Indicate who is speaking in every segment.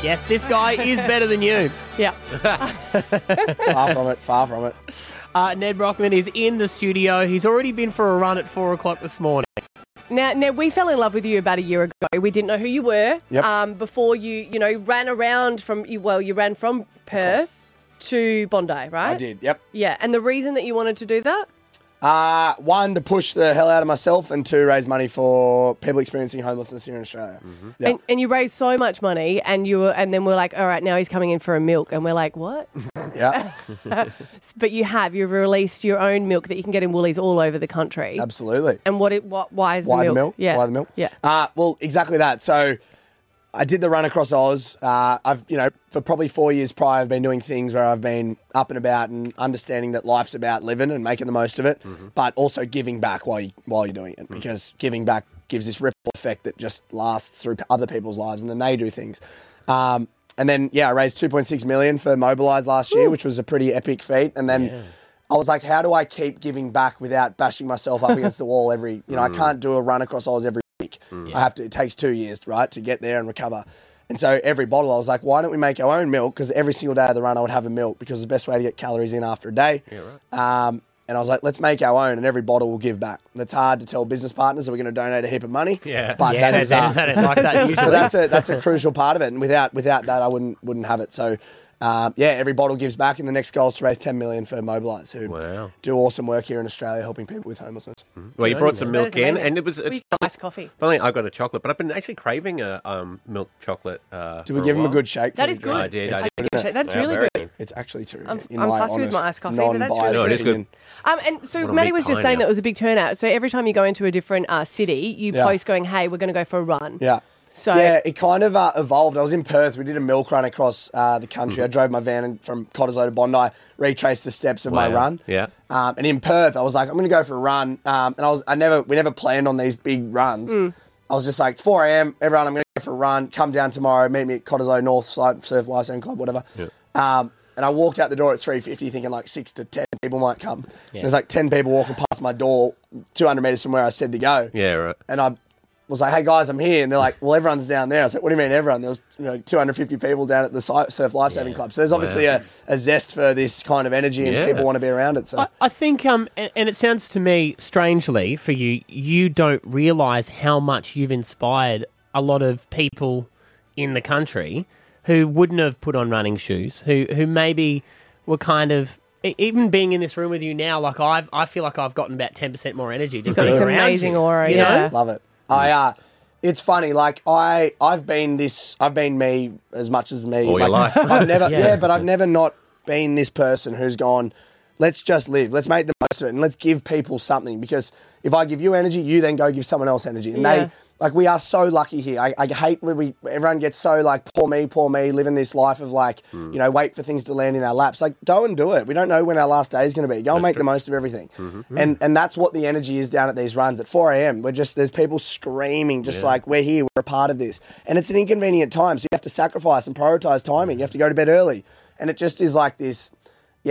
Speaker 1: Yes, this guy is better than you. Yeah.
Speaker 2: far from it. Far from it.
Speaker 1: Uh, Ned Brockman is in the studio. He's already been for a run at four o'clock this morning.
Speaker 3: Now, now we fell in love with you about a year ago. We didn't know who you were.
Speaker 1: Yep.
Speaker 3: Um, before you, you know, ran around from you. Well, you ran from Perth to Bondi, right?
Speaker 2: I did. Yep.
Speaker 3: Yeah, and the reason that you wanted to do that.
Speaker 2: Uh, one to push the hell out of myself, and two raise money for people experiencing homelessness here in Australia. Yep.
Speaker 3: And, and you raised so much money, and you were, and then we're like, all right, now he's coming in for a milk, and we're like, what?
Speaker 2: yeah.
Speaker 3: but you have you've released your own milk that you can get in Woolies all over the country.
Speaker 2: Absolutely.
Speaker 3: And what? It, what? Why is
Speaker 2: Why
Speaker 3: the milk?
Speaker 2: the milk?
Speaker 3: Yeah.
Speaker 2: Why the milk?
Speaker 3: Yeah.
Speaker 2: Uh, well, exactly that. So I did the run across Oz. Uh, I've, you know, for probably four years prior, I've been doing things where I've been up and about and understanding that life's about living and making the most of it, but also giving back while you, while you're doing it because giving back gives this ripple effect that just lasts through other people's lives and then they do things. Um, and then yeah, I raised 2.6 million for Mobilize last year, which was a pretty epic feat. And then I was like, how do I keep giving back without bashing myself up against the wall every? You know, I can't do a run across Oz every week. I have to. It takes two years, right, to get there and recover. And so every bottle, I was like, why don't we make our own milk? Because every single day of the run, I would have a milk because the best way to get calories in after a day. Yeah, right. Um, and I was like, let's make our own, and every bottle will give back. That's hard to tell business partners that we're going to donate a heap of money.
Speaker 1: Yeah.
Speaker 2: but
Speaker 1: Yeah,
Speaker 2: that
Speaker 1: they
Speaker 2: is
Speaker 1: don't-
Speaker 2: uh,
Speaker 1: they don't like that usually.
Speaker 2: But that's a that's a crucial part of it, and without without that, I wouldn't wouldn't have it. So. Um, yeah, every bottle gives back, and the next goal is to raise 10 million for Mobilize, who
Speaker 4: Wow.
Speaker 2: do awesome work here in Australia, helping people with homelessness.
Speaker 4: Well, you brought some
Speaker 3: That
Speaker 4: milk
Speaker 3: was
Speaker 4: in,
Speaker 3: amazing.
Speaker 4: and it was. It's
Speaker 3: We've got iced coffee.
Speaker 4: Finally, I got a chocolate, but I've been actually craving a um, milk chocolate. Uh,
Speaker 2: Did we
Speaker 4: for
Speaker 2: give him a
Speaker 4: while.
Speaker 2: good shake?
Speaker 3: That
Speaker 2: for
Speaker 3: is
Speaker 2: the
Speaker 3: good.
Speaker 2: drink?
Speaker 4: I did.
Speaker 2: It's,
Speaker 4: I did.
Speaker 3: Give it a shake. That's
Speaker 4: Yeah,
Speaker 3: really
Speaker 4: very
Speaker 3: good.
Speaker 2: it's actually terrific.
Speaker 3: I'm,
Speaker 2: in
Speaker 3: I'm
Speaker 2: my
Speaker 3: fussy with my
Speaker 2: honest,
Speaker 3: iced coffee, but that's really
Speaker 2: non-biased
Speaker 4: No, it is good.
Speaker 2: opinion.
Speaker 3: Um, and so
Speaker 4: What a
Speaker 3: Maddie
Speaker 4: big
Speaker 3: was just
Speaker 4: pie
Speaker 3: saying
Speaker 4: now.
Speaker 3: that it was a big turnout. So every time you go into a different uh, city, you
Speaker 2: Yeah.
Speaker 3: post going, "Hey, we're going to go for a run."
Speaker 2: Yeah.
Speaker 3: So
Speaker 2: yeah, it kind of uh, evolved. I was in Perth. We did a milk run across uh, the country.
Speaker 4: Mm-hmm.
Speaker 2: I drove my van in- from Cottesloe to Bondi, retraced the steps of my
Speaker 4: Wow.
Speaker 2: run.
Speaker 4: Yeah.
Speaker 2: Um, and in Perth, I was like, I'm going to go for a run. Um, and I was, I never, we never planned on these big runs. I was just like, it's 4 a.m. Everyone, I'm going to go for a run. Come down tomorrow. Meet me at Cottesloe North Side Surf Lifestyle Club, whatever. Um, and I walked out the door at 3.50 thinking like six to 10 people might come. There's like 10 people walking past my door 200 metres from where I said to go
Speaker 4: Yeah, right.
Speaker 2: and I was like, "Hey guys, I'm here," and they're like, "Well, everyone's down there." I was like, "What do you mean everyone?" There was you know 250 people down at the si- Surf Lifesaving Club, so there's obviously a, a zest for this kind of energy, and
Speaker 4: Yeah.
Speaker 2: people want to be around it. So
Speaker 1: I, I think, um, and, and it sounds to me strangely for you, you don't realise how much you've inspired a lot of people in the country who wouldn't have put on running shoes, who who maybe were kind of. e- Even being in this room with you now, like I've, I feel like I've gotten about ten percent more energy. Just
Speaker 3: got
Speaker 1: being
Speaker 3: this
Speaker 1: around
Speaker 3: amazing
Speaker 1: you,
Speaker 3: aura,
Speaker 1: you
Speaker 3: yeah.
Speaker 1: know?
Speaker 2: love it. I uh, it's funny, like I I've been this, I've been me as much as me
Speaker 4: All your
Speaker 2: Like,
Speaker 4: life.
Speaker 2: I've never,
Speaker 1: Yeah.
Speaker 2: yeah. but I've never not been this person who's gone. Let's just live. Let's make the most of it, and let's give people something. Because if I give you energy, you then go give someone else energy, and
Speaker 3: Yeah.
Speaker 2: they like we are so lucky here. I, I hate when we everyone gets so like poor me, poor me, living this life of like you know wait for things to land in our laps. Like go and do it. We don't know when our last day is going to be. Go and make the most of everything,
Speaker 1: Mm.
Speaker 2: and and that's what the energy is down at these runs at 4 a.m. We're just there's people screaming, just like we're here, we're a part of this, and it's an inconvenient time, so you have to sacrifice and prioritize timing. You have to go to bed early, and it just is like this.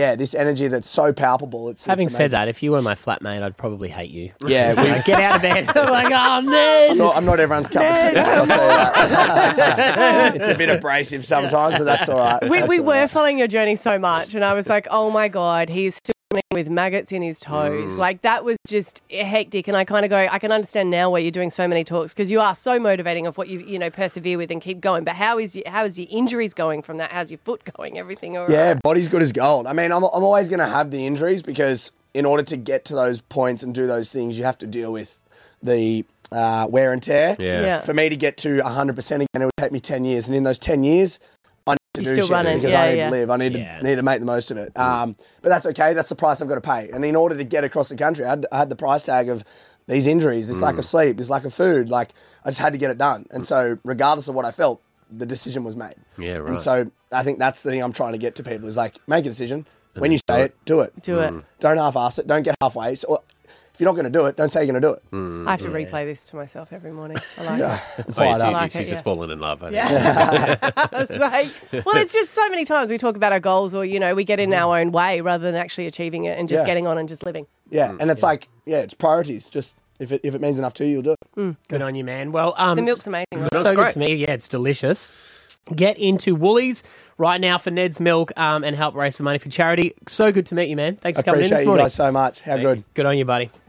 Speaker 2: Yeah, this energy that's so palpable. It's
Speaker 1: Having
Speaker 2: it's
Speaker 1: said
Speaker 2: amazing.
Speaker 1: that, if you were my flatmate, I'd probably hate you.
Speaker 2: yeah, we,
Speaker 1: Like, get out of bed. I'm like, oh man.
Speaker 2: I'm not, I'm not everyone's cup of tea. I'll tell you that. it's a bit abrasive sometimes, but that's all right.
Speaker 3: we,
Speaker 2: That's
Speaker 3: we
Speaker 2: all
Speaker 3: were
Speaker 2: right.
Speaker 3: following your journey so much, and I was like, "Oh my god, he's still running with maggots in his toes." Like that was just hectic, and I kind of go, "I can understand now why you're doing so many talks because you are so motivating of what you you know persevere with and keep going." But how is your, how is your injuries going from that? How's your foot going? Everything? all
Speaker 2: Yeah,
Speaker 3: right?
Speaker 2: body's good as gold. I mean, I'm, I'm always going to have the injuries because in order to get to those points and do those things, you have to deal with the uh, wear and tear.
Speaker 4: Yeah.
Speaker 3: Yeah.
Speaker 2: For me to get to 100% again, it would take me 10 years. And in those 10 years, I need to
Speaker 3: You're
Speaker 2: do
Speaker 3: still
Speaker 2: shit
Speaker 3: running.
Speaker 2: because
Speaker 3: Yeah,
Speaker 2: I need
Speaker 3: yeah.
Speaker 2: to live. I need,
Speaker 1: Yeah.
Speaker 2: to, need to make the most of it. Um, but that's okay. That's the price I've got to pay. And in order to get across the country, I had, I had the price tag of these injuries, this lack of sleep, this lack of food. Like, I just had to get it done. And so, regardless of what I felt, the decision was made.
Speaker 4: Yeah,
Speaker 2: And
Speaker 4: right.
Speaker 2: so I think that's the thing I'm trying to get to people is like, make a decision. When you say it, do it.
Speaker 3: do it.
Speaker 2: Don't half ass it. Don't get halfway. So, if you're not going to do it, don't say you're going to do it.
Speaker 3: I have to replay this to myself every morning. I like it.
Speaker 2: I'm
Speaker 4: Oh, yeah,
Speaker 2: fired
Speaker 4: she,
Speaker 2: up.
Speaker 3: like
Speaker 4: she's
Speaker 3: it, yeah.
Speaker 4: just fallen in love. I think.
Speaker 3: Yeah. It's like, well, it's just so many times we talk about our goals or, you know, we get in our own way rather than actually achieving it and just
Speaker 2: Yeah.
Speaker 3: getting on and just living.
Speaker 2: Yeah. And it's like, yeah, it's priorities. Just if it, if it means enough to you, you'll do it.
Speaker 1: Good on you, man. Well, um,
Speaker 3: The milk's amazing. right?
Speaker 1: so good to me. Yeah, it's delicious. Get into Woolies right now for Ned's Milk um, and help raise some money for charity. So good to meet you, man. Thanks for coming in
Speaker 2: Appreciate
Speaker 1: this
Speaker 2: you
Speaker 1: morning.
Speaker 2: guys so much. How good.
Speaker 1: Good on you, buddy.